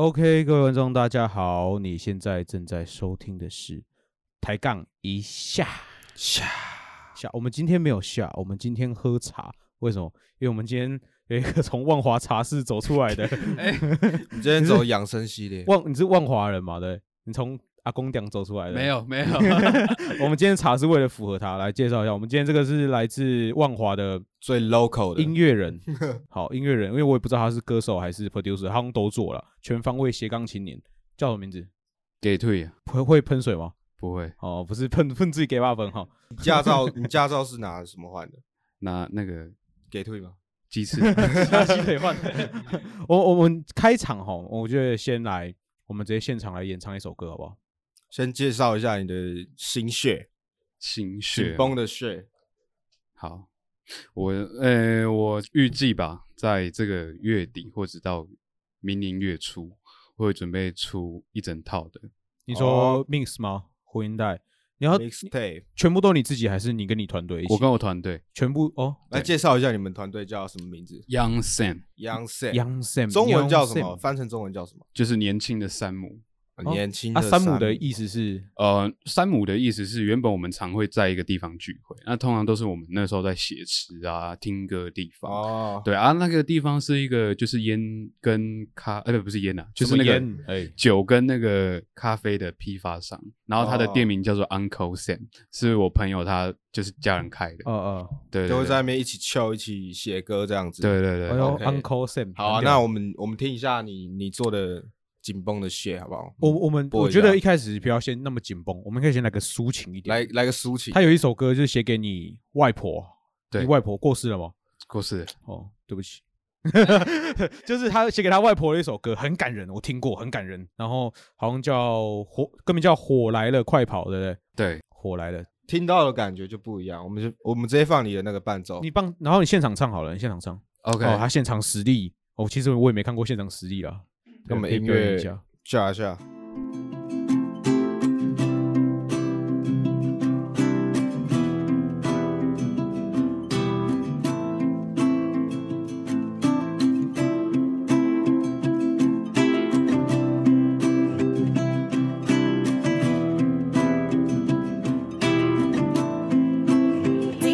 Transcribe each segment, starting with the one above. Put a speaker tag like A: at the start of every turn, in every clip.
A: OK，各位观众，大家好，你现在正在收听的是抬杠一下
B: 下
A: 下。我们今天没有下，我们今天喝茶，为什么？因为我们今天有一个从万华茶室走出 来的
B: 你今天走养生系列？
A: 万，你是万华人嘛？对，你从阿公店走出来的。
C: 没，有没有，
A: 我们今天茶是为了符合他来介绍一下。我们今天这个是来自万华的
B: 最 local 的
A: 音乐人， 好音乐人，因为我也不知道他是歌手还是 producer，他好像都做了，全方位斜杠青年，叫什么名字？
C: 给退啊
A: 会会喷水吗？
C: 不会
A: 哦，不是喷喷自己给八分哈，
B: 你驾照， 你驾照是拿什么换的？
C: 拿那个
B: 给退吗？
C: 鸡 翅
A: 鸡腿换。 我我们开场哈，我觉得先来，我们直接现场来演唱一首歌好不好？
B: 先介绍一下你的心血，
C: 心
B: 紧
D: 啊
C: 血。啊
B: 绷的血，
C: 好，我呃，我预计吧，在这个月底或者到明年月初，我会准备出一整套的。
A: 你
B: 哦
A: 说 mix 吗？混音带？你要
B: mixtape。
A: 全部都你自己，还是你跟你团队一起？
C: 我跟我团队
A: 全部哦。
B: 来介绍一下你们团队叫什么名字
C: Young Sam，
B: ？Young Sam，
A: 杨 Sam，
B: 中文叫什
A: Young
B: 么？
A: Sam
B: 翻成中文叫什么？
C: 就是年轻的山姆。
B: 很
A: 哦
B: 年轻
A: 啊，
B: 的
A: 山姆的意思是
C: 呃，山姆的意思是，原本我们常会在一个地方聚会，那通常都是我们那时候在写词啊、听歌的地方。
B: 哦，
C: 对啊，那个地方是一个就是烟跟咖，呃，不不是烟啊，就是那
A: 什么
C: 个
A: 烟哎
C: 酒跟那个咖啡的批发商，然后他的
A: 哦
C: 店名叫做 Uncle Sam，、是我朋友他就是家人开的，
A: 呃呃，
C: 对对
B: 就会
C: 对
B: 在那边一起 chill，一起写歌这样子。
C: 对对对，哦
A: 哎呦
B: OK
A: Uncle Sam，
B: 好啊，
A: 很屌
B: 那我们我们听一下你你做的紧绷的血好不好？
A: 我我们
B: 播
A: 我
B: 一
A: 觉得
B: 下
A: 一开始不要先那么紧绷，我们可以先来个抒情一点。
B: 来，来个抒情，
A: 他有一首歌就是写给你外婆，
C: 对
A: 你外婆过世了吗？
C: 过世了
A: 哦，对不起， 就是他写给他外婆的一首歌，很感人，我听过，很感人。然后好像叫火，根本叫火来了，快跑，对不对？
C: 对，
A: 火来了，
B: 听到的感觉就不一样。我们就我们直接放你的那个伴奏
A: 你，帮，然后你现场唱好了，你现场唱。
C: OK，、
A: 哦，他现场实力，哦，其实我也没看过现场实力啦。
B: 那我们
A: 可以
B: 音
A: 表演
B: 乐啊
A: 一下，
B: 下 一下。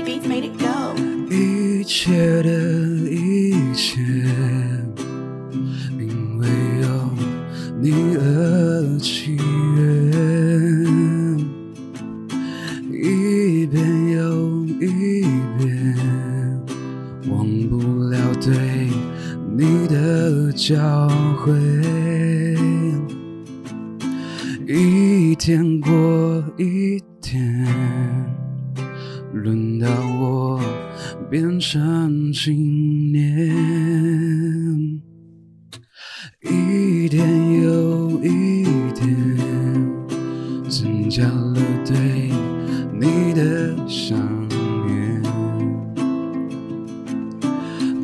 E: Beats made it go.
C: 一切的一切，因为有你而起源，一遍又一遍，忘不了对你的教诲。一天过一天，轮到我变成青年。一天又一天，增加了对你的想念。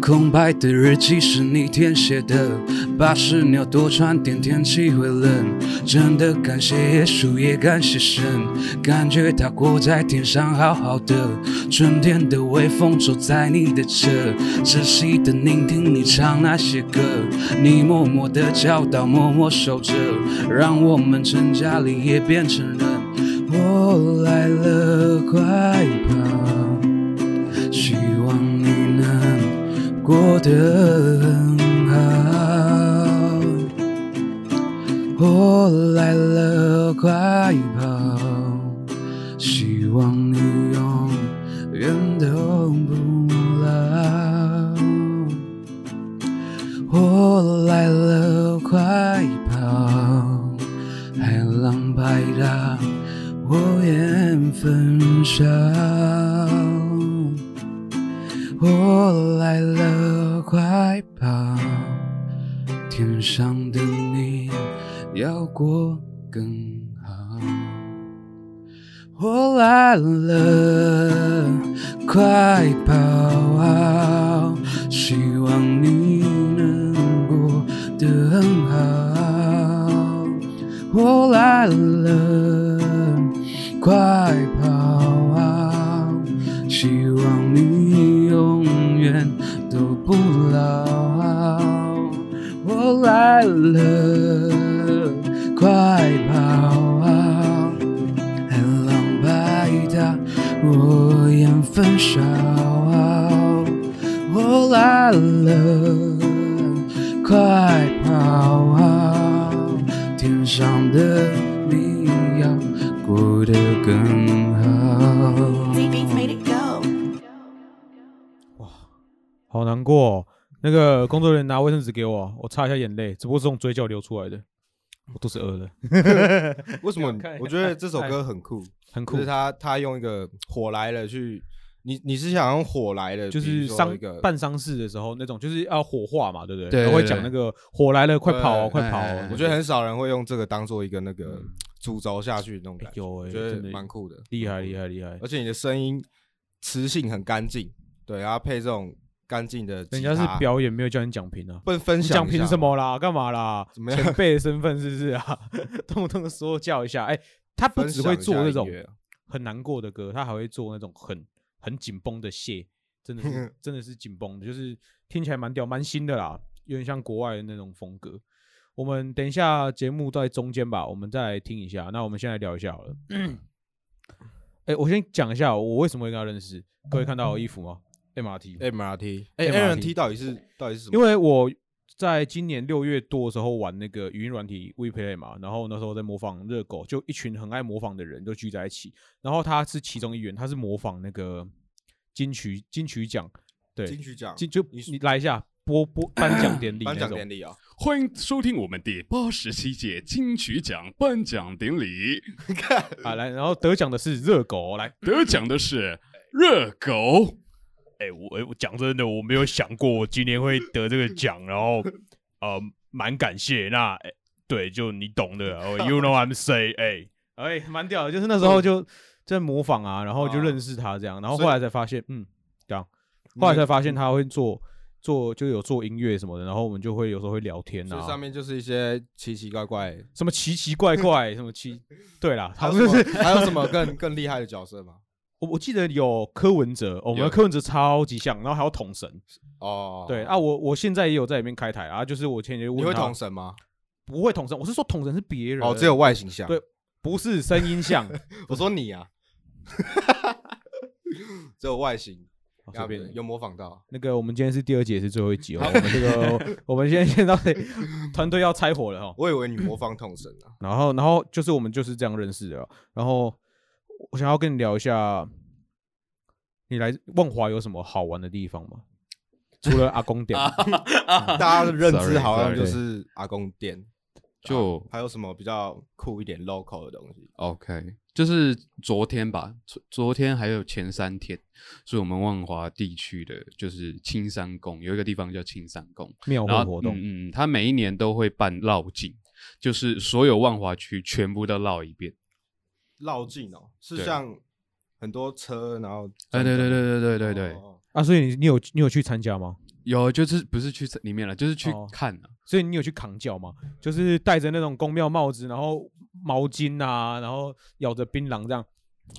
C: 空白的日记是你填写的，把屎尿多穿点，天气会冷。真的感谢耶稣，也感谢神，感觉踏过在天上好好的。春天的微风走在你的侧，仔细的聆听你唱那些歌，你默默的教导，默默守着，让我们成家立业变成人。我来了，快跑！希望你能过得很好。我来了，快跑！希望你永远都不老。我来了，快跑！海浪拍打火焰焚烧。我来了，快跑！天上的你要过更好。我来了，快跑啊！希望你能过得很好。我来了，快跑啊！希望你永远都不老。我来了，快跑啊！海浪拍打我眼焚烧，啊我来了，快跑啊！天上的你要过得更好。
E: beats made it go.
A: 好难过、哦。那个工作人员拿卫生纸给我，我擦一下眼泪，只不过是从嘴角流出来的。我肚子饿了，
B: 为什么
A: 看一下？
B: 我觉得这首歌很酷，
A: 很
B: 就
A: 酷
B: 是。他他用一个火来了去，你你是想用火来了，
A: 就
B: 比
A: 是
B: 如说
A: 丧
B: 一个
A: 办丧事的时候那种，就是要火化嘛，对不对？
C: 对对
A: 都会
C: 对
A: 讲那个火来了，快跑哦，
B: 对
A: 快跑
C: 哎哎
A: 哦
C: 哎！
B: 我觉得很少人会用这个当做一个那个主轴下去的那种
A: 嗯哎
B: 感觉，
A: 有
B: 我
A: 哎，
B: 觉得
A: 真的
B: 蛮酷的，
A: 厉害厉害厉害！
B: 而且你的声音磁性很干净，对，然后配这种干净的吉
A: 人
B: 他，
A: 家是表演，没有叫你讲评啊。
B: 不能分
A: 你
B: 享
A: 讲
B: 一
A: 评
B: 下
A: 什
B: 吗？
A: 么啦？干嘛啦？
B: 怎么样
A: 前辈的身份是不是啊？ 动不动说教一下，哎，他不
B: 分
A: 只会
B: 享一
A: 做
B: 下
A: 那
B: 音
A: 种
B: 乐啊
A: 很难过的歌，他还会做那种很很紧绷的谢，真的是真的是紧绷的，就是听起来蛮屌蛮新的啦，有点像国外的那种风格。我们等一下节目在中间吧，我们再来听一下。那我们先来聊一下好了。哎、我先讲一下我为什么会跟他认识。各位看到我衣服吗？MRT，、
B: MRT，哎
A: MRT
B: ，MRT 到底是到底是什么？
A: 因为我在今年六月多的时候玩那个语音软体 WePlay 嘛，然后那时候在模仿热狗，就一群很爱模仿的人都聚在一起，然后他是其中一员，他是模仿那个金曲金曲奖，对
B: 金，曲奖
A: 金就
B: 你说
A: 你来一下播播颁奖典礼
B: 颁
A: 那
B: 奖
A: 种，
B: 典礼啊，
D: 欢迎收听我们第八十七届金曲奖颁奖典礼，
A: 啊来，然后得奖的是热狗，来，
D: 得奖的是热狗。
A: 哎、我哎我讲真的，我没有想过我今年会得这个
B: 嗯
A: 奖，然后呃，蛮感谢。那、哎对，就你懂
B: 嗯
A: 的、哦 y o u know I'm 嗯 say，哎、 哎，蛮屌的，就是那时候就在模仿啊，然后就
B: 啊
A: 认识他这样，然后
B: 所以嗯
A: 后来才发现，嗯，这样，后来才发现他会做做就有做音乐什么的，然后我们就会有时候会聊天
B: 所以
A: 啊，
B: 上面就是一些奇奇怪怪。
A: 什么奇奇怪怪，什么 奇，对啦，
B: 还
A: 好
B: 有
A: 像
B: 什
A: 就
B: 么
A: 是
B: 还有什么更更厉害的角色吗？
A: 我我记得有柯文哲，哦我们的
B: 有
A: 柯文哲超级像，然后还有统神，
B: 哦，
A: 对啊，，我我现在也有在里面开台啊，就是我前几天
B: 你
A: 问
B: 会
A: 他
B: 统神吗？
A: 不会统神，我是说统神是别人
B: 哦，只有外形像。
A: 对不是声音 像，
B: 我说你 啊，只有外形，
A: 好哦随
B: 要
A: 便你。
B: 有模仿到。
A: 那个我们今天是第二节，是最后一集哦。我们这个我们现在现在团队要拆伙了哦。
B: 我以为你模仿统神啊，
A: 然后然后就是我们就是这样认识的哦。然后我想要跟你聊一下，你来万华有什么好玩的地方吗？除了阿公店，
B: 啊 大家的认知
D: Sorry，
B: 好像
D: sorry
B: 就是阿公店，
D: 就
B: 啊还有什么比较酷一点 local 的东西？
D: OK，就是昨天吧，昨昨天还有前三天，是我们万华地区的，就是青山宫有一个地方叫青山宫，
A: 庙
D: 然
A: 会
D: 后
A: 活动，
D: 嗯嗯，他每一年都会办绕境，就是所有万华区全部都绕一遍。
B: 绕境哦，是
D: 对
B: 像很多车，然后
A: 哎
D: 对对对对对对对对，
B: 哦
A: 啊，所以你你有你有去参加吗？
D: 有就是不是去里面了，就是去
A: 哦
D: 看啊。
A: 所以你有去扛脚吗？就是戴着那种公庙帽子，然后毛巾啊，然后咬着槟榔这样，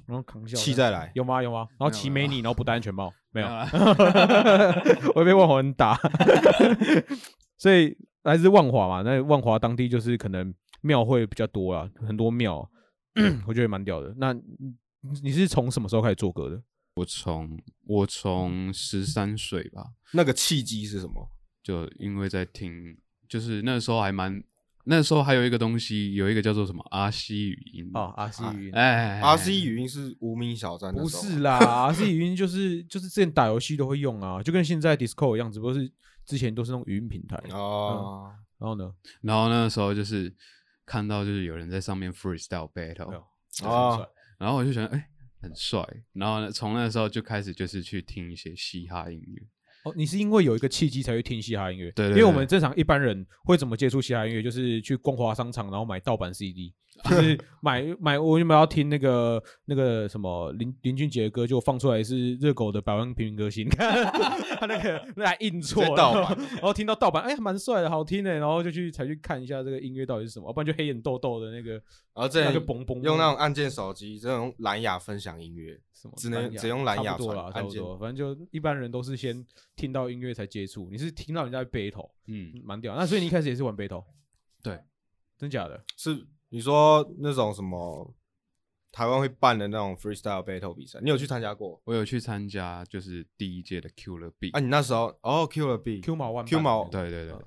A: 然后扛脚。
B: 气再来，
A: 有吗？有吗？然后骑美女，然后不戴安全帽，没有
D: 没有，
A: 我会被万华人打。 所以来自万华嘛，那万华当地就是可能庙会比较多啦，很多庙，啊我觉得蛮屌的。那你你是从什么时候开始做歌的？
D: 我从十三岁吧，
B: 那个契机是什么？
D: 就因为在听，就是那时候还蛮，那时候还有一个东西，有一个叫做什么阿西语音
A: 哦，，阿西语音。
D: 哎，
B: R C 语音是无名小站那
A: 不
B: 种
A: 是啦， 阿西语音就是就是之前打游戏都会用啊，就跟现在 Discord 一样，只不过是之前都是那种语音平台。
B: 哦，
A: 然后呢，
D: 然后那时候就是看到就是有人在上面 freestyle
A: 哎
D: battle，
A: 呦
B: 哦，
D: 然后我就觉得哎、很帅，然后呢从那时候就开始就是去听一些嘻哈音乐，
A: 哦，你是因为有一个契机才会听嘻哈音乐，
D: 对
A: 因
D: 对
A: 为我
D: 对
A: 们正常一般人会怎么接触嘻哈音乐，就是去光华商场，然后买盗版 CD，就是 买买我原本要听那个那个什么林林俊杰的歌，就放出来是热狗的百万平民歌星， 他那个来印错
B: 直接盗
A: 然后
B: 版
A: 然后听到盗版，哎，蛮帅的，好听的，然后就去才去看一下这个音乐到底是什么，要不然就黑眼豆豆的那个
B: 然后这
A: 那
B: 样
A: 个嘣嘣
B: 用那
A: 嘣
B: 种按键手机，这种蓝牙分享音乐，
A: 什么
B: 只能
A: 蓝牙
B: 只用蓝
A: 差不
B: 牙
A: 多
B: 传
A: 啦，差
B: 按
A: 不
B: 键
A: 多，反正就一般人都是先听到音乐才接触，你是听到人家在 battle，
D: 嗯，
A: 嗯蛮屌。那所以你一开始也是玩 battle，
D: 对，
A: 真假的？
B: 是你说那种什么台湾会办的那种 freestyle battle 比赛，你有去参加过？
D: 我有去参加就是第一届的 Q 了 B，
B: 啊，你那时候哦 Q 了 B
A: Q 毛万
B: Q 毛
D: 对对对对，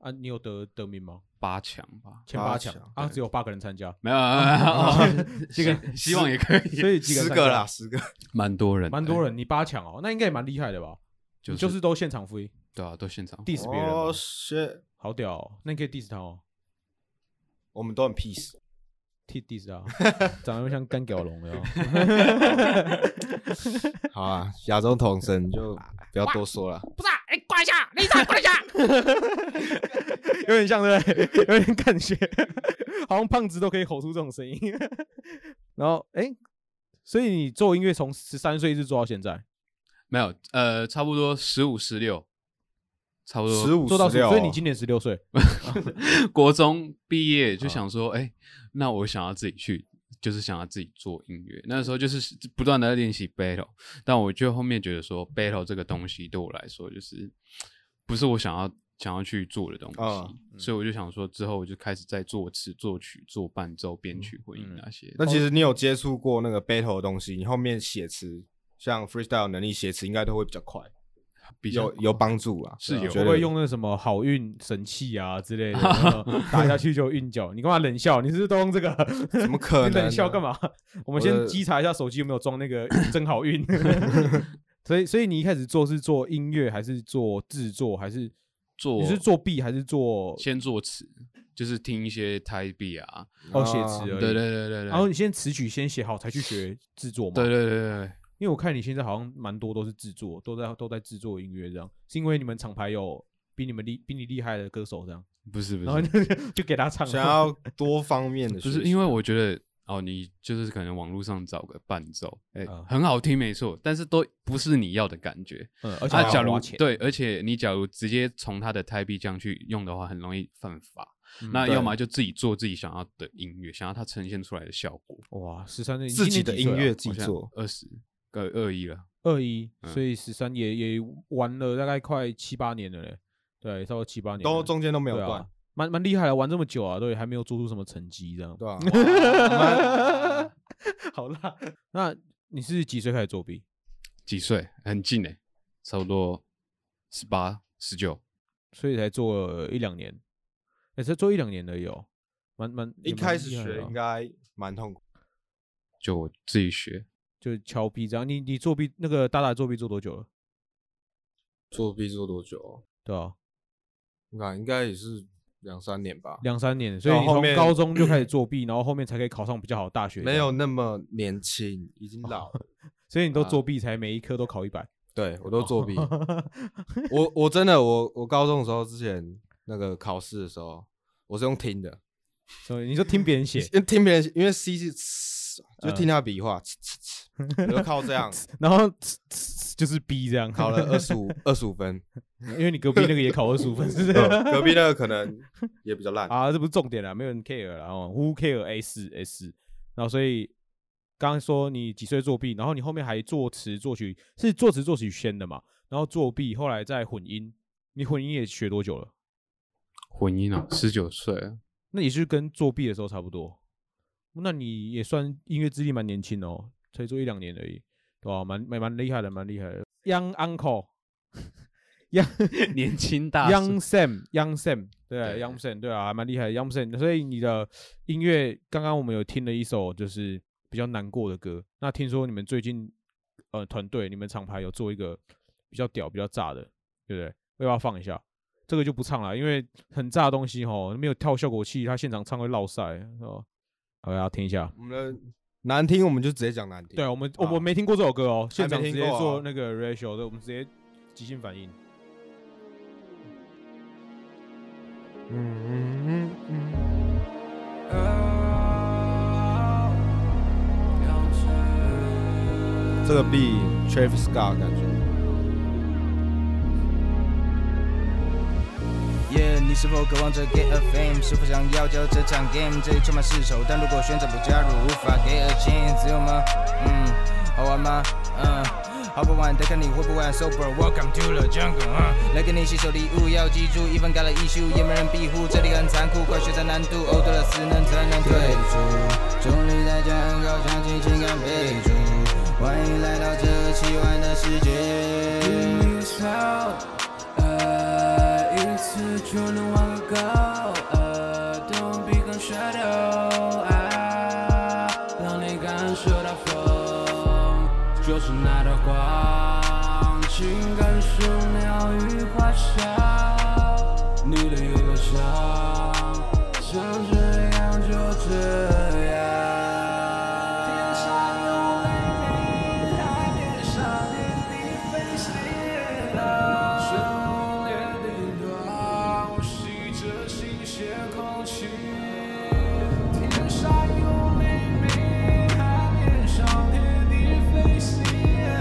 A: 啊，你有得得名吗？
D: 八强吧，
A: 前
B: 八
A: 八强
B: 强
A: 啊，
B: 对
A: 只有八个人参加，
D: 没有，
A: 啊
D: 哦希 希望也可
A: 所
D: 以，
A: 以几个人
B: 十
A: 参
B: 个
A: 加
B: 啦，，十个。
D: 蛮多人的，
A: 蛮多人。你八强哦，那应该也蛮厉害的吧？
D: 就
A: 就是就是都现场 free
D: 对啊，都现场
A: diss 别人吗，
B: 哦，shit，
A: 好屌哦！那你可以 diss 他哦，
B: 我们都很 peace。
A: 替 diss 他哦，长得又像干屌龙的哦。
B: 好啊，亚洲同声就不要多说了。
A: 有点像对不对？ 有点感觉，好像胖子都可以吼出这种声音。 然后，哎、所以你做音乐从十三岁一直做到现在，
D: 没有，呃，差不多十五十六，差不多
B: 十五
A: 做到
B: 十
A: 十，
B: 六，
A: 所以你今年十六岁，
D: 国中毕业
B: 嗯
D: 就想说，哎、那我想要自己去，就是想要自己做音乐。那时
B: 嗯
D: 候就是不断的在练习 battle，但我就后面觉得说 battle 这个东西对我来说就是不是我想要想要去做的东西，
B: 啊
D: 所以我就想说之后我就开始在作词、作曲、做伴奏、编曲、混音那些。
B: 嗯那其实你有接触过那个 battle 的东西，你后面写词，像 freestyle 能力写词应该都会比较快，
D: 比较
B: 有有帮助啊。
D: 是有
B: 觉
A: 会
B: 得
A: 不会用那什么好运神器啊之类的， 然后打下去就有运脚？你干嘛冷笑？你是不是都用这个？
B: 怎么可能
A: 你
B: 呢
A: 冷笑干嘛？ 我们
B: 我的
A: 先稽查一下手机有没有装那 个真好运。 所以，所以你一开始做是做音乐，还是做制作，还是
D: 做
A: 你是做 B 还是做
D: 先作词，就是听一些 type beat 啊，
A: 哦写词
B: 啊
A: 而已？
D: 对对对对对，
A: 然后你先词曲先写好，才去学制作嘛。
D: 对对对对对。
A: 因为我看你现在好像蛮多都是制作，都在都在制作音乐这样，是因为你们厂牌有比你们厉比你厉害的歌手这样，
D: 不是不
A: 然后
D: 是，
A: 就 就给他唱。
B: 想要多方 面的学
D: 不
B: 习，
D: 是因为我觉得哦，你就是可能网络上找个伴奏，哎、
A: 啊
D: 很好听没错，但是都不是你要的感觉。
A: 嗯，而且还
D: 啊，
A: 要
D: 假如
A: 花钱，
D: 对，而且你假如直接从他的 type 这样去用的话，很容易犯法。
A: 嗯
D: 那
B: 对
D: 要么就自己做自己想要的音乐，想要它呈现出来的效果。
A: 哇，十三岁啊
B: 自己的音乐自
D: 我现
B: 己
D: 在
B: 做，
D: 二十呃二一了，
A: 二一，
D: 嗯
A: 所以十三也也玩了大概快七八年了嘞，对，差不多七八年了，
B: 都中间都没有
A: 对啊
B: 断，
A: 蛮蛮厉害的，玩这么久啊，对，还没有做出什么成绩这样，
B: 对吧？啊
A: 好啦，那你是几岁开始作弊？
D: 几岁？很近哎、差不多十八十九。
A: 所以才做了一两年，也、才做一两年而已哦，蛮蛮
B: 一
A: 也蛮
B: 开始
A: 厉害的
B: 学
A: 啊
B: 应该蛮痛苦，
D: 就我自己学，
A: 就敲壁这样。你你作弊那个大大作弊做多久了？
B: 作弊做多久哦？
A: 对啊，
B: 你看应该也是两三年吧，
A: 两三年，所以
B: 到
A: 你
B: 后
A: 从
B: 面
A: 高中就开始作弊，然后后面才可以考上比较好的大学。
B: 没有，那么年轻，已经老了。
A: 所以你都作弊才每一科都考一百。
B: 对我都作弊，
A: 哦
B: 我我真的我我高中的时候之前那个考试的时候，我是用听的，
A: 所以你就听别人写，
B: 因为听别人因为 C 是嘶就
A: 嗯
B: 听他笔画，嘶嘶嘶 我就靠这样
A: 然后呲呲呲就是 B 这样
B: 考了二十五二十五分， 呃
A: 因为你隔壁那个也考二十五分，是不是？
B: 隔壁那个可能也比较烂。
A: 啊，这不是重点啦，没有人 care 啦，哦，Who care A 四 A 四？然后所以刚刚说你几岁作弊，然后你后面还作词作曲，是作词作曲先的嘛？然后作弊，后来再混音，你混音也学多久了？
D: 混音啊，十九岁啊，
A: 那也是跟作弊的时候差不多。那你也算音乐资历蛮年轻哦，才做一两年而已，对吧、蛮蛮蛮厉害的，蛮厉害的。Young Uncle
D: 年轻大
A: Young Sam Young Sam 对
D: 对
A: Young Sam 对啊，还蛮厉害的 Young Sam。所以你的音乐，刚刚我们有听了一首就是比较难过的歌。那听说你们最近呃团队，你们厂牌有做一个比较屌、比较炸的，对不对？要不要放一下？这个就不唱了，因为很炸的东西吼，没有跳效果器，他现场唱会落塞，是吧？好，要听一下。
B: 我们的难听我们就直接讲难听，
A: 对，啊我们
B: 好
A: 我们没听过这首歌哦，现场
B: 还没
A: 直
B: 听
A: 接
B: 过啊
A: 做那个 ratio 的，我们直接即兴反应。
B: 嗯嗯嗯嗯。这个 B Travis Scott 感觉。
F: 耶你是否渴望着 get a fame？是否想要加入这场 game？这里充满世仇，但如果选择不加入，无法 get a chance，有吗？嗯，好玩吗？嗯。好不晚，得看你会不会 sober。Welcome to the jungle，、啊、来给你洗手礼物，要记住，even got an issue，也没人庇护，这里很残酷，快学着难度，哦，对了，死能才能退出。重力代价很高，相信情感配主。欢迎来到这个奇幻的世界。
C: 呃，一次就能玩个够，呃，Don't be gone shadow，啊，让你感受到风，就是那道光，请感受鸟语花香，你的忧伤，像这样就这样。天上有雷鸣，海面上天地飞行了。狩猎叮当，吸着新鲜空气。天上有雷鸣，海面上天地飞行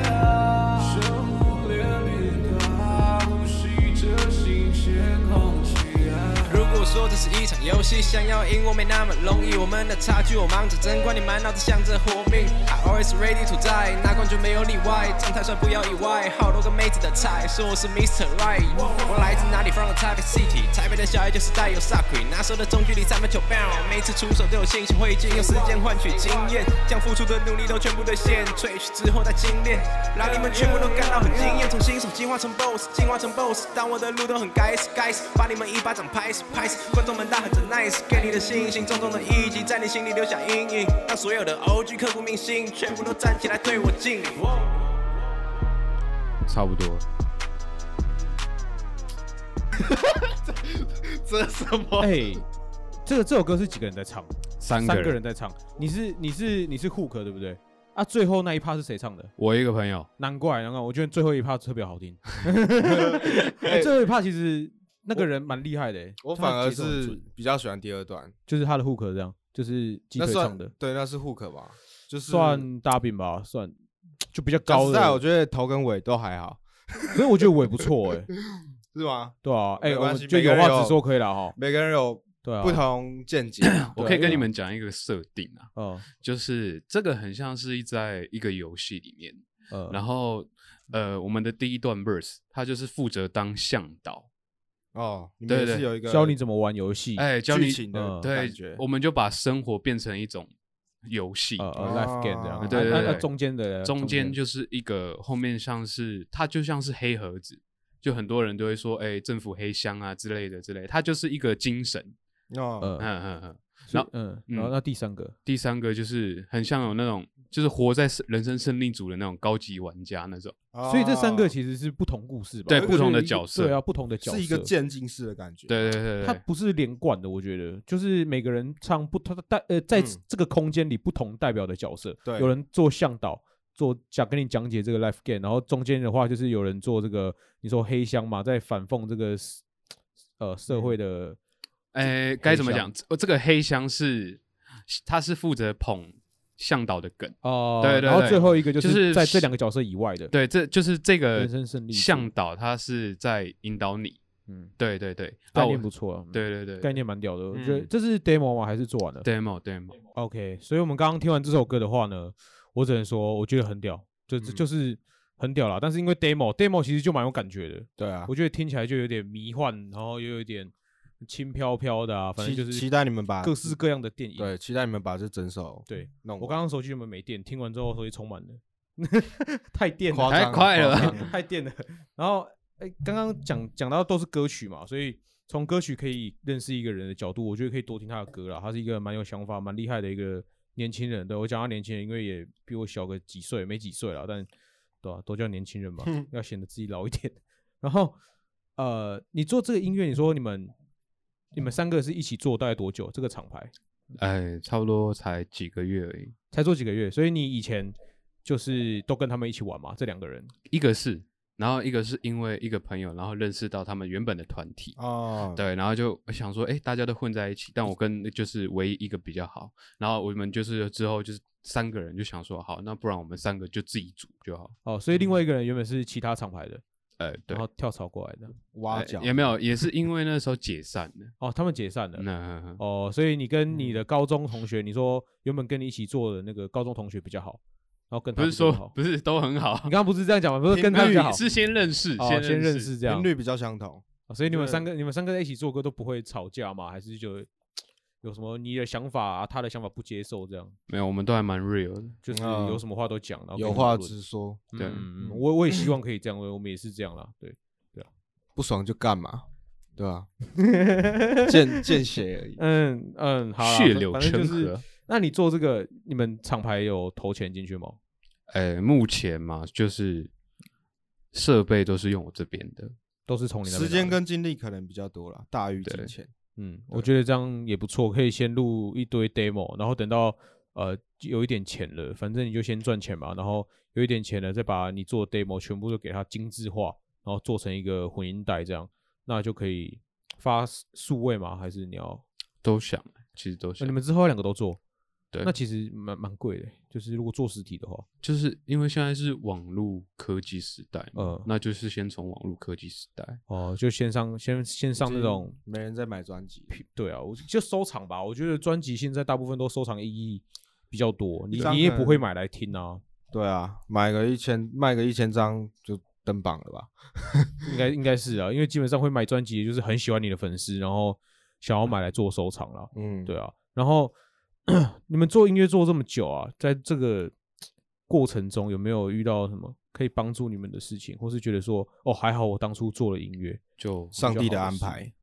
C: 了。狩猎叮当，吸着新鲜空气啊。
F: 如果说这是一场游戏，想要赢我没那么容易。我们的差距我忙着争，关你满脑子想着活命。I always ready to die，拿冠军没有例外，状态算不要意外。好多个妹子的菜，说我是 Mr. Right。我来自哪里？From the Taipei City，台北的小孩就是带有 s a k i 拿手的中距离三分球 bound，每次出手都有信心会进，用时间换取经验，将付出的努力都全部兑现，萃取之后再精炼，让你们全部都感到很惊艳。从新手进化成 BOSS，进化成 BOSS，当我的路都很该死该死，把你们一巴掌拍死拍死。观众们大喊着 nice，给你的信心重重的一击，在你心里留下阴影。让所有的 OG 刻骨铭心，全部都站起来对我敬礼。
D: 差不多。
B: 这是什么？
A: 哎，这个这首歌是几个人在唱？
D: 三
A: 三
D: 个
A: 个人，在唱。你是你是你是 hook 对不对？啊，最后那一趴是谁唱的？
D: 我一个朋友，
A: 难怪难怪，我觉得最后一趴特别好 听。欸最后一趴其实那个人蛮厉害的欸、
B: 哎我
A: 他
B: 反而
A: 节奏很
B: 是
A: 准
B: 比较喜欢第二段，
A: 就是他的 hook 这样，就是鸡
B: 那
A: 腿
B: 算
A: 唱的，
B: 对，那是 hook 吧，就是
A: 算大饼吧，算就比较
B: 讲
A: 高
B: 实
A: 的
B: 在，。我觉得头跟尾都还好，
A: 可是我觉得我也不错哎、
B: 是吗？
A: 对啊，哎、
B: 没
A: 我
B: 关
A: 们
B: 系
A: 就
B: 每个
A: 有
B: 人
A: 话
B: 有
A: 直说可以了哈。
B: 每个人有
A: 对啊，
B: 不同见解，
D: 我
A: 对
D: 可以
A: 因
D: 跟
A: 为
D: 你们讲一个设定啊，
A: 嗯，
D: 就是这个很像是在一个游戏里面，
A: 呃
B: 嗯
D: 然
A: 后
D: 后呃，我们的第一段 verse，他就是负责当向导，
B: 哦，你们
D: 对
B: 也是
D: 对
B: 有一个
A: 教你怎么玩游戏，
D: 哎，教你
B: 剧情的呃
A: 嗯
D: 对
B: 感觉，，
D: 我们就把生活变成一种游戏，
A: 呃呃，life game 这样。
B: 啊
D: 对对
A: 那
D: 对
A: 那
D: 对
A: 中间
B: 呃
A: 的
D: 中间
A: 间
D: 就是一个后面像是它就像是黑盒子，就很多人都会说，哎，政府黑箱啊之类的之类的，它就是一个精神，
B: 哦，
A: 呃
D: 嗯，嗯嗯。
A: 然后
D: 然后
A: 嗯，然后
D: 嗯
A: 那第三个
D: 第三个就是很像有那种就是活在人生胜利组的那种高级玩家那种，
A: 所以这三个
B: 哦
A: 其实是不同故事吧？
D: 对
A: 就是
D: 不同的
A: 一个
D: 角色
A: 对啊，不同的角色
B: 是一个渐进式的感觉，，
D: 对对对
A: 它
D: 对，
A: 不是连贯的，我觉得就是每个人唱不同代呃，在
B: 嗯
A: 这个空间里不同代表的角色，
B: 对
A: 有人做向导，做讲跟你讲解这个 life game，然后中间的话就是有人做这个你说黑箱嘛，在反讽这个呃社会的
D: 哎，该怎么
A: 黑
D: 讲？这这个黑箱是他是负责捧向导的梗，
B: 嗯
A: 哦，
D: 对对
A: 然后
D: 对
A: 最后一个就
D: 就是
A: 是在这两个角色以外的，
D: 对，这就是这个
A: 人生胜利组
D: 向导，他是在引导你，
A: 嗯，
D: 对对对，
A: 概
D: 啊
A: 念
D: 我
A: 不错啊，嗯，
D: 对对对，
A: 概念蛮屌的，我觉得
B: 嗯
A: 这是 demo 吗？还是做完了？
D: demo demo，
A: OK，所以我们刚刚听完这首歌的话呢，我只能说我觉得很屌，就这
B: 嗯
A: 就是很屌啦。但是因为 demo demo 其实就蛮有感觉的，
B: 对啊
A: 我，觉得听起来就有点迷幻，然后又有点轻飘飘的啊，反正
B: 期
A: 就是
B: 期待你们把
A: 各式各样的电影。
B: 对，期待你们把这整首
A: 对
B: 弄完。
A: 我刚刚手机有没有没电？听完之后手机充满了， 太电
B: 夸
A: 了，
D: 太
B: 张
D: 快了
B: 夸张
A: 太电了。然后哎，刚刚讲讲到都是歌曲嘛，所以从歌曲可以认识一个人的角度，我觉得可以多听他的歌啦。他是一个蛮有想法、蛮厉害的一个年轻人。对我讲他年轻人，因为也比我小个几岁，没几岁了，但对吧、啊都叫年轻人嘛，要显得自己老一点。然后呃，你做这个音乐，你说你们你们三个是一起做大概多久？这个厂牌？
D: 哎，差不多才几个月而已。
A: 才做几个月，所以你以前就是都跟他们一起玩嘛？这两个人
D: 一个是，然后一个是因为一个朋友，然后认识到他们原本的团体，
A: 嗯
B: 哦，
D: 对，然后就想说，哎，大家都混在一起，但我跟就是唯一一个比较好，然后我们就是之后就是三个人就想说，好，那不然我们三个就自己组就好，
A: 哦，所以另外一个人原本是其他厂牌的，
D: 呃，对
A: 然，后跳槽过来的
B: 挖
D: 呃
B: 角
D: 也没有，也是因为那时候解散了，
A: 哦，他们解散了。哦
D: 那嗯
A: 哦，所以你跟你的高中同学，你说原本跟你一起做的那个高中同学比较好，后跟
D: 不
A: 他
D: 是
A: 比较
D: 说
A: 好。
D: 不是都很好
A: 你，刚刚不是这样讲吗？不是跟
D: 频
A: 他比较
D: 率
A: 好，
D: 是先认识，
A: 哦
D: 先
A: 先认识这样
B: 频。率比较相同。
A: 哦所以你们
B: 对
A: 三个，你们三个在一起做歌都不会吵架吗？还是就有什么你的想法啊，他的想法不接受这样？
D: 没有，我们都还蛮 real 的。
A: 就是
B: 嗯
A: 有什么话都讲，然后
B: 有
A: 跟
B: 话
A: 讨论
B: 直说，
D: 对
A: 嗯嗯
B: 嗯
A: 嗯我我 也希望可以这样，我我们也是这样啦，对，
B: 不爽就干嘛，对 吧、见见血而已。
A: 嗯嗯，好啦，
D: 血
A: 反
D: 流
A: 反正
D: 成
A: 就是
D: 河。
A: 那你做这个，你们厂牌有投钱进去吗？
D: 哎，目前嘛，就是设备都是用我这边的，
A: 都是从你那边
B: 时间
A: 拿的
B: 跟精力可能比较多了，大于金
D: 对
B: 钱。
A: 嗯，我觉得这样也不错，可以先录一堆 demo，然后等到呃有一点钱了，反正你就先赚钱嘛，然后有一点钱了，再把你做的 demo 全部都给它精致化，然后做成一个混音带这样，那就可以发数位吗？还是你要？
D: 都想，其实都
A: 那
D: 想
A: 你。们之后两个都做？
D: 对
A: 那其实蛮蛮贵的，就是如果做实体的话，
D: 就是因为现在是网络科技时代嘛，
A: 嗯
D: 那就是先从网络科技时代，
A: 哦、就先上先先上那种，
B: 没人在买专辑，
A: 对啊，我就收藏吧。我觉得专辑现在大部分都收藏意义比较多，你
B: 一张
A: 你也
B: 可
A: 不
B: 能
A: 会买来听啊，
B: 对啊，买个一千，卖个一千张就登榜了吧？
A: 应该应该是啊，因为基本上会买专辑，的就是很喜欢你的粉丝，然后想要买来做收藏啦。
B: 嗯，
A: 对啊，然后 你们做音乐做这么久啊，在这个过程中有没有遇到什么可以帮助你们的事情，或是觉得说哦还好我当初做了音乐，
D: 就
B: 上帝
A: 比较
B: 的
A: 好
B: 安
A: 的事
B: 排，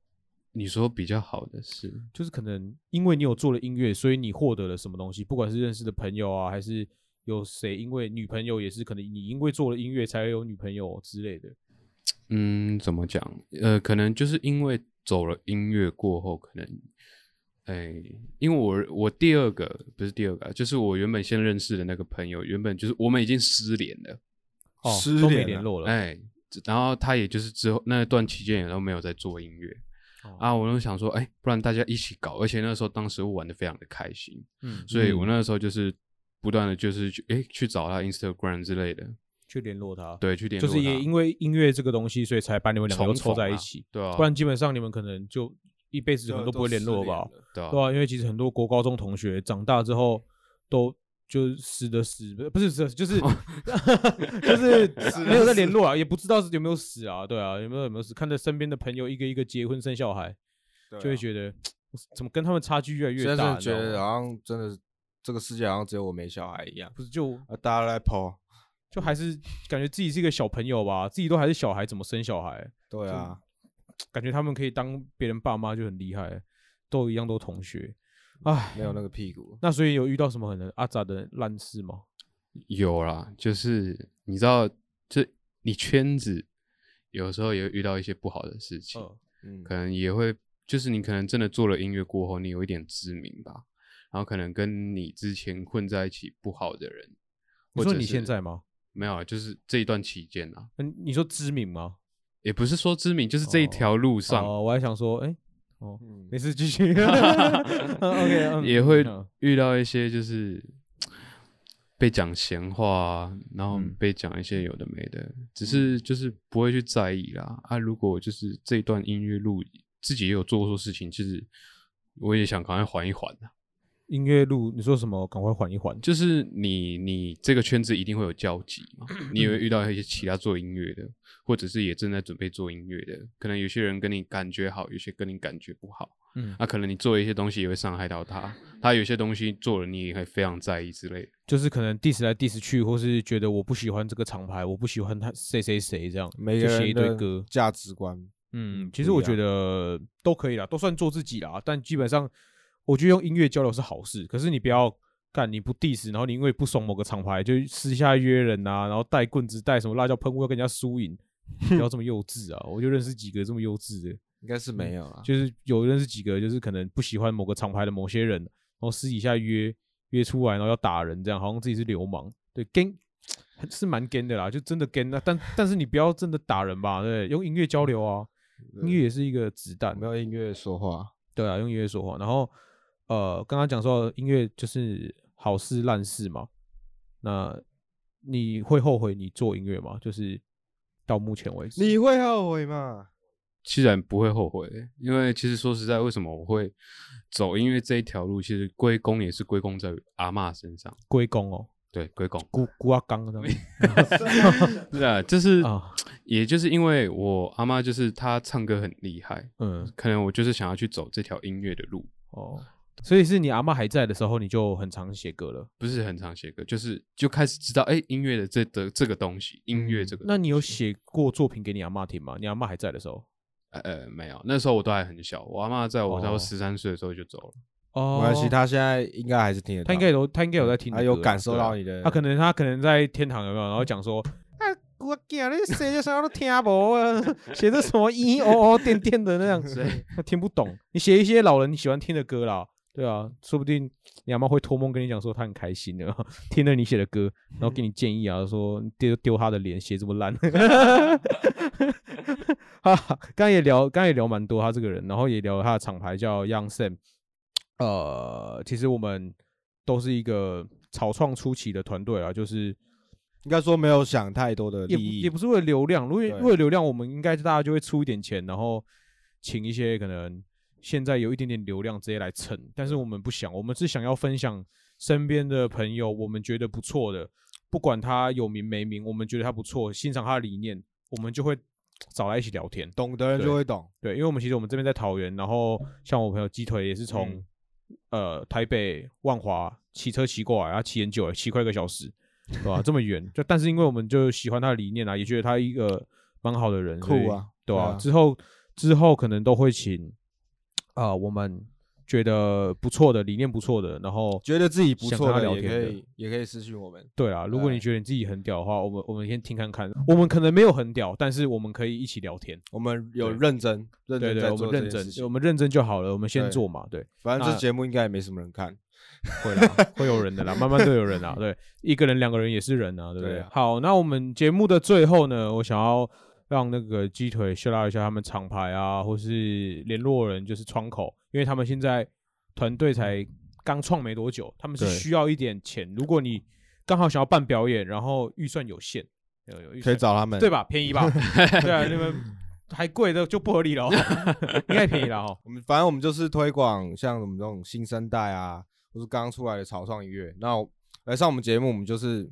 D: 你说比较好的是，
A: 就是可能因为你有做了音乐，所以你获得了什么东西，不管是认识的朋友啊，还是有谁因为女朋友也是可能你因为做了音乐才会有女朋友之类的。
D: 嗯，怎么讲？呃，可能就是因为走了音乐过后，可能，哎，因为我我第二个不是第二个啊，就是我原本先认识的那个朋友，原本就是我们已经失联了，
A: 哦，
B: 失
A: 都没
B: 联
A: 联
B: 了
A: 络了。
D: 哎，然后他也就是之后那段期间也都没有在做音乐。
A: 哦
D: 啊，我就想说，哎、不然大家一起搞，而且那时候当时我玩的非常的开心，
A: 嗯，
D: 所以我那时候就是不断的就是去哎、诶去找他 Instagram 之类的，
A: 去联络他。
D: 对，去联
A: 就
D: 络
A: 是也
D: 他
A: 因为音乐这个东西，所以才把你们两个都
D: 重
A: 凑
D: 逢
A: 在一
D: 啊
A: 起，
D: 对啊，
A: 不然基本上你们可能就一辈子可能都不会联络吧，
D: 对啊
A: 对啊，因为其实很多国高中同学长大之后都。就是死的死，不不是死的死，就是 就是没有在联络啊，也不知道是有没有死啊，对啊，有没有有没有死？看着身边的朋友一个一个结婚生小孩，
B: 就
A: 就会觉得怎么跟他们差距越来越
B: 啊现在
A: 大，
B: 真的觉
A: 你知道
B: 得啊
A: 吗
B: 好像真的这个世界好像只有我没小孩一样，
A: 不是就
B: 啊，大家都在抛，
A: 就还是感觉自己是一个小朋友吧，自己都还是小孩，怎么生小孩？
B: 对啊，
A: 感觉他们可以当别人爸妈就很厉害，都一样都同学，唉，
B: 没有那个屁股，
A: 那所以有遇到什么很阿杂的烂事吗？
D: 有啦，就是你知道，这你圈子有时候也会遇到一些不好的事情，
A: 嗯，
B: 嗯，
D: 可能也会就是你可能真的做了音乐过后，你有一点知名吧，然后可能跟你之前混在一起不好的人，
A: 你
D: 或
A: 说
D: 者
A: 你
D: 是
A: 现在吗？
D: 没有啊，就是这一段期间啊，
A: 嗯，你说知名吗？
D: 也不是说知名，就是这一条路上、
A: 哦，我还想说，哎，哦，
B: 嗯
A: 没事，继 续。OK，嗯
D: 也会
A: 嗯
D: 遇到一些就是被讲闲话啊，然后
A: 嗯
D: 被讲一些有的没的，只是就是不会去在意啦。啊，如果就是这段音乐路自己也有做错事情，就是我也想赶快缓一缓啊
A: 音乐路，你说什么？赶快缓一缓。
D: 就是你你这个圈子一定会有交集 嘛，你也会遇到一些其他做音乐的，或者是也正在准备做音乐的，可能有些人跟你感觉好，有些跟你感觉不好。
A: 嗯，
D: 那、可能你做一些东西也会伤害到他，他有些东西做了你也会非常在意之类的。
A: 就是可能 diss 来 diss 去，或是觉得我不喜欢这个厂牌，我不喜欢他谁谁谁这样，
B: 每
A: 就
B: 个
A: 写一
B: 人
A: 堆
B: 的
A: 歌。
B: 价值观，
A: 嗯，
B: 嗯
A: 其
B: 不
A: 实
B: 一
A: 我觉
B: 样
A: 得都可以啦，都算做自己啦。但基本上，我觉得用音乐交流是好事，可是你不要干你不 diss，然后你因为不爽某个厂牌就私下约人啊，然后带棍子带什么辣椒喷雾要跟人家输赢，不要这么幼稚啊！我就认识几个这么幼稚的，
B: 应该是没有啦，
A: 就是有认识几个就是可能不喜欢某个厂牌的某些人，然后私底下约约出来，然后要打人，这样好像自己是流氓，对 g 是蛮 g 的啦，就真的 g 啊，但但是你不要真的打人吧，对，用音乐交流啊。音乐也是一个子弹，
B: 没有音乐说话，
A: 对啊，用音乐说话。然后呃，刚刚讲说音乐就是好事烂事嘛，那你会后悔你做音乐吗？就是到目前为止，
B: 你会后悔吗？
D: 其然不会后悔，因为其实说实在，为什么我会走音乐这一条路，其实归功也是归功在于阿嬷身上。
A: 归功哦，
D: 对，龟公，
A: 古古阿刚那种
D: 对啊，就是，
A: 啊，
D: 也就是因为我阿妈就是她唱歌很厉害，
A: 嗯，
D: 可能我就是想要去走这条音乐的路，
A: 哦，所以是你阿妈还在的时候，你就很常写歌了。
D: 不是很常写歌，就是就开始知道哎、音乐的这的这个东西，音乐这个东西、
A: 那你有写过作品给你阿妈听吗？你阿妈还在的时候？
D: 呃呃没有？那时候我都还很小，我阿妈在我到
A: 哦
D: 十三岁的时候就走了。
A: 哦
B: 没关系，他现在应该还是听得到，嗯
A: 他应该有，他应该有在听你的
B: 他
A: 歌啦，
B: 有感受
A: 对啊
B: 到你的，
A: 他可能他可能在天堂有没有？然后讲说， 啊，我讲你写的啥都听不啊， 写的什么嘤哦哦颠颠的那 样子，他听不懂。你写一些老人喜欢听的歌啦，对啊，说不定你阿妈会托梦跟你讲说她很开心的， 听了你写的歌，然后给你建议啊，说你丢丢他的脸，写这么烂。 哈，刚才也聊，刚才也聊蛮多他这个人，然后也聊他的厂牌叫 Young Sam。呃，其实我们都是一个草创初期的团队啊，就是
B: 应该说没有想太多的
A: 也
B: 利
A: 不
B: 益，
A: 也不是为了流量，如果
B: 对
A: 为了流量，我们应该大家就会出一点钱，然后请一些可能现在有一点点流量直接来蹭，但是我们不想，我们是想要分享身边的朋友，我们觉得不错的，不管他有名没名，我们觉得他不错，欣赏他的理念，我们就会找来一起聊天。
B: 懂的人
A: 对
B: 就会懂。
A: 对，因为我们其实我们这边在桃园，然后像我朋友鸡腿也是从、
B: 嗯
A: 呃台北万华骑车骑过来，他骑很久了，骑快一个小时，对 吧、这么远，就但是因为我们就喜欢他的理念啊，也觉得他一个蛮好的人，所以
B: 酷啊
A: 对
B: 对
A: 吧、
B: 啊
A: 之后之后可能都会请啊、呃我们觉得不错的理念不错的，然后
B: 觉得自己不
A: 想
B: 错
A: 跟他
B: 的
A: 聊
B: 也
A: 天
B: 可
A: 的
B: 以，也可以私讯我们。
A: 对啦，如果你
B: 对
A: 觉得你自己很屌的话，我们我们先听看看，我们可能没有很屌，但是我们可以一起聊天。
B: 我们有
A: 对
B: 认真，认
A: 对
B: 真
A: 对，
B: 在
A: 我们
B: 做这
A: 认
B: 件事
A: 真，我
B: 情。
A: 们认真就好了，我们先
B: 对
A: 做嘛，对。
B: 反正
A: 那
B: 这节目应该也没什么人看。
A: 会啦，会有人的啦，慢慢都有人 啦。对，一个人、两个人也是人啊，对不对？
B: 对啊
A: 好，那我们节目的最后呢，我想要让那个鸡腿秀拉一下他们厂牌啊，或是联络人，就是窗口，因为他们现在团队才刚创没多久，他们是
B: 对
A: 需要一点钱。如果你刚好想要办表演，然后预算有限，有有预
B: 可以
A: 算
B: 找他们，
A: 对？吧？便宜吧？对啊，你们还贵的就不合理 了，哦应该便宜了哦哈。
B: 我们反正我们就是推广像我们这种新生代啊，或是刚刚出来的草创音乐。那我来上我们节目，我们就是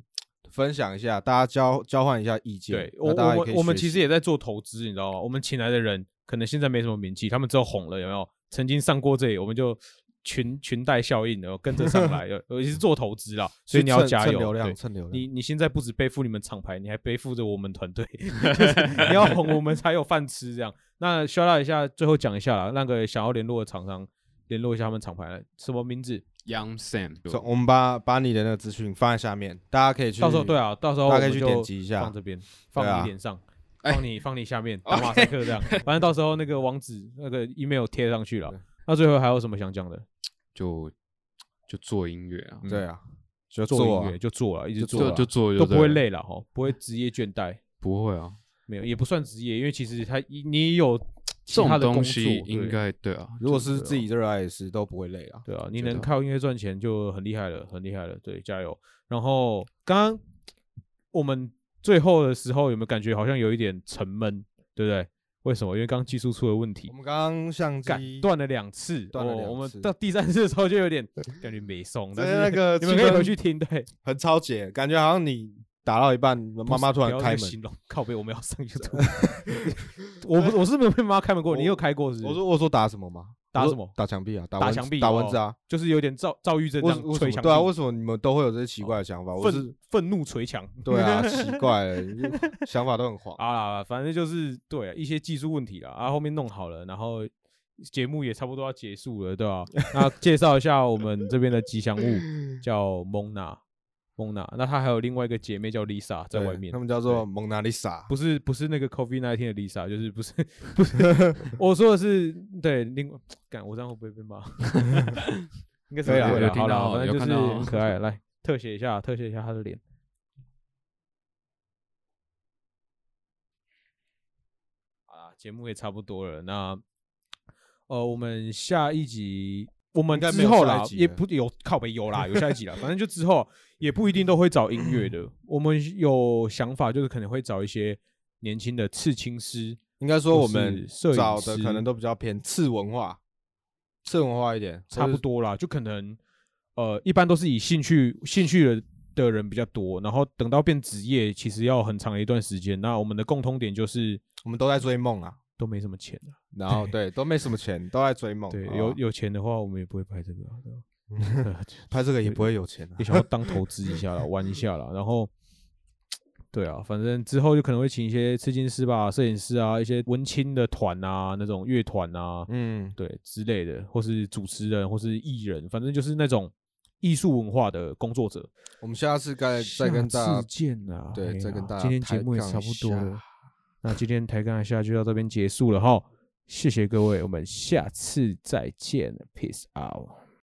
B: 分享一下，大家交交换一下意见。
A: 对，
B: 那
A: 我
B: 大家也
A: 我
B: 可
A: 们
B: 以
A: 我们
B: 学
A: 其实
B: 习
A: 也在做投资，你知道吗？我们请来的人可能现在没什么名气，他们之后红了，有没有？曾经上过这里，我们就裙裙带效应，然后跟着上 来，尤其是做投资啦，所以
B: 去
A: 你要
B: 蹭
A: 加
B: 蹭
A: 油。
B: 流量，
A: 对
B: 蹭流量。
A: 你你现在不止背负你们厂牌，你还背负着我们 团队，就是你要红我们才有饭吃这样。那 shout out 一下，最后讲一下啦，那个想要联络的厂商联络一下他们厂牌，什么名字？
D: Young Sam，
B: 所以我们把把你的那个资讯放在下面，大家可以去。
A: 到时候对，啊，到时候
B: 大
A: 我
B: 家可以
A: 们
B: 去
A: 就
B: 点击一下
A: 放这边，
B: 对
A: 放
B: 啊
A: 你脸上，
D: 哎
A: 放你放你下面打马赛克这样，反正到时候那个网址那个 email 贴上去了。那最后还有什么想讲的？
D: 就就做音乐啊，
B: 对啊，就
A: 做
B: 啊
A: 音乐嗯就做了，一直
B: 就
A: 做
D: 就
A: 啦，
D: 就做就
A: 都不会
D: 对了，
A: 累了哈，不会职业倦怠，
D: 不会啊，
A: 没有也不算职业，因为其实他你也有其
D: 这
A: 他
D: 种
A: 的工
D: 东
A: 作，
D: 西应
A: 对
D: 该对啊，
B: 如果是自己
A: 哦
B: 热爱的事，都不会累啊。
A: 对啊，你
D: 觉得
A: 能靠音乐赚钱就很厉害了，很厉害了，对，加油。然后刚刚我们最后的时候有没有感觉好像有一点沉闷，对不对？为什么？因为刚刚技术出了问题
B: 我，们刚刚相
A: 感
B: 机
A: 断了两次，
B: 断了
A: 哦
B: 两
A: 我们
B: 次
A: 到第三次的时候就有点感觉没 松，但
B: 对
A: 是
B: 那个
A: 你们
B: 气
A: 可以
B: 氛
A: 回去听，对，
B: 很超解，感觉好像你打到一半，妈妈突
A: 不
B: 然
A: 要
B: 开
A: 再
B: 门。
A: 形容靠背，我们要上 YouTube，我不我是没有被妈妈开门过，你有开过是不
B: 我
A: 是？
B: 说我说打什么吗？
A: 打
B: 我
A: 什
B: 说
A: 么
B: 打墙壁啊，打
A: 打
B: 蚊
A: 墙
B: 子
A: 壁
B: 打
A: 哦
B: 蚊子啊。
A: 就是有点躁躁郁症这
B: 为
A: 样
B: 为什
A: 捶
B: 么
A: 墙
B: 对啊？
A: 壁哦
B: 为什么你们都会有这些奇怪的想法？我是
A: 愤愤怒捶墙，
B: 对 啊，奇怪了，你就 想法都很黄。
A: 啊啦，反正就是对啊一些技术问题啦，啊，后面弄好了，然后节目也差不多要结束了，对 吧、那介绍一下我们这边的吉祥
D: 嗯
A: 物叫蒙娜，蒙娜，那她还有另外一个姐妹叫 Lisa 在
B: 对
A: 外面
B: 他，们叫做蒙娜丽莎，
A: 不是不是那个 COVID 1 9的 Lisa，就是不是不是，我说的是对另外，干我这样会不会被骂？ 应该是
B: 对啊
A: 不会
B: 有
A: 啦
D: 听
A: 好
D: 到
A: 了，反正
D: 有
A: 就
D: 看
A: 是
D: 到哦
A: 很可爱，来特写一下，特写一下她的脸。好啦，节目也差不多了，那呃，我们下一集。我们
B: 应该没
A: 之
B: 有
A: 后
B: 下一
A: 啦，
B: 集
A: 也
B: 了
A: 不有靠北有啦，有下一集啦，反正就之 后也不一定都会找音乐的。我们有想法，就是可能会找一些年轻的刺青师，
B: 应该说
A: 或
B: 我
A: 是
B: 们
A: 摄影
B: 找的
A: 师
B: 可能都比较偏次文化，次文化一点，
A: 差
B: 或
A: 不
B: 是
A: 多啦，就可能呃，一般都是以兴趣兴趣的的人比较多，然后等到变职业，其实要很长的一段时间。那我们的共通点就是
B: 我们都在追梦啊，
A: 都没什么钱啊。
B: 然后对，都没什么钱，都在追梦。
A: 对，
B: 哦好啊吧
A: 有有钱的话，我们也不会拍这个、啊，对吧呃就
B: 拍这个也不会有钱啊
A: 也。想要当投资一下啦，玩一下啦。然后，对啊，反正之后就可能会请一些刺青师吧、摄影师啊、一些文青的团啊、那种乐团啊，
B: 嗯，
A: 对之类的，或是主持人，或是艺人，反正就是那种艺术文化的工作者。
B: 我们下次该再跟大
A: 下
B: 家
A: 次见啊！
B: 对
A: 哎呀
B: 再跟大家
A: 今天节目也
B: 抬
A: 差
B: 杠
A: 不
B: 一
A: 多了
B: 下，
A: 那今天抬杠一下就到这边结束了哈，谢谢各位，我们下次再见，peace out。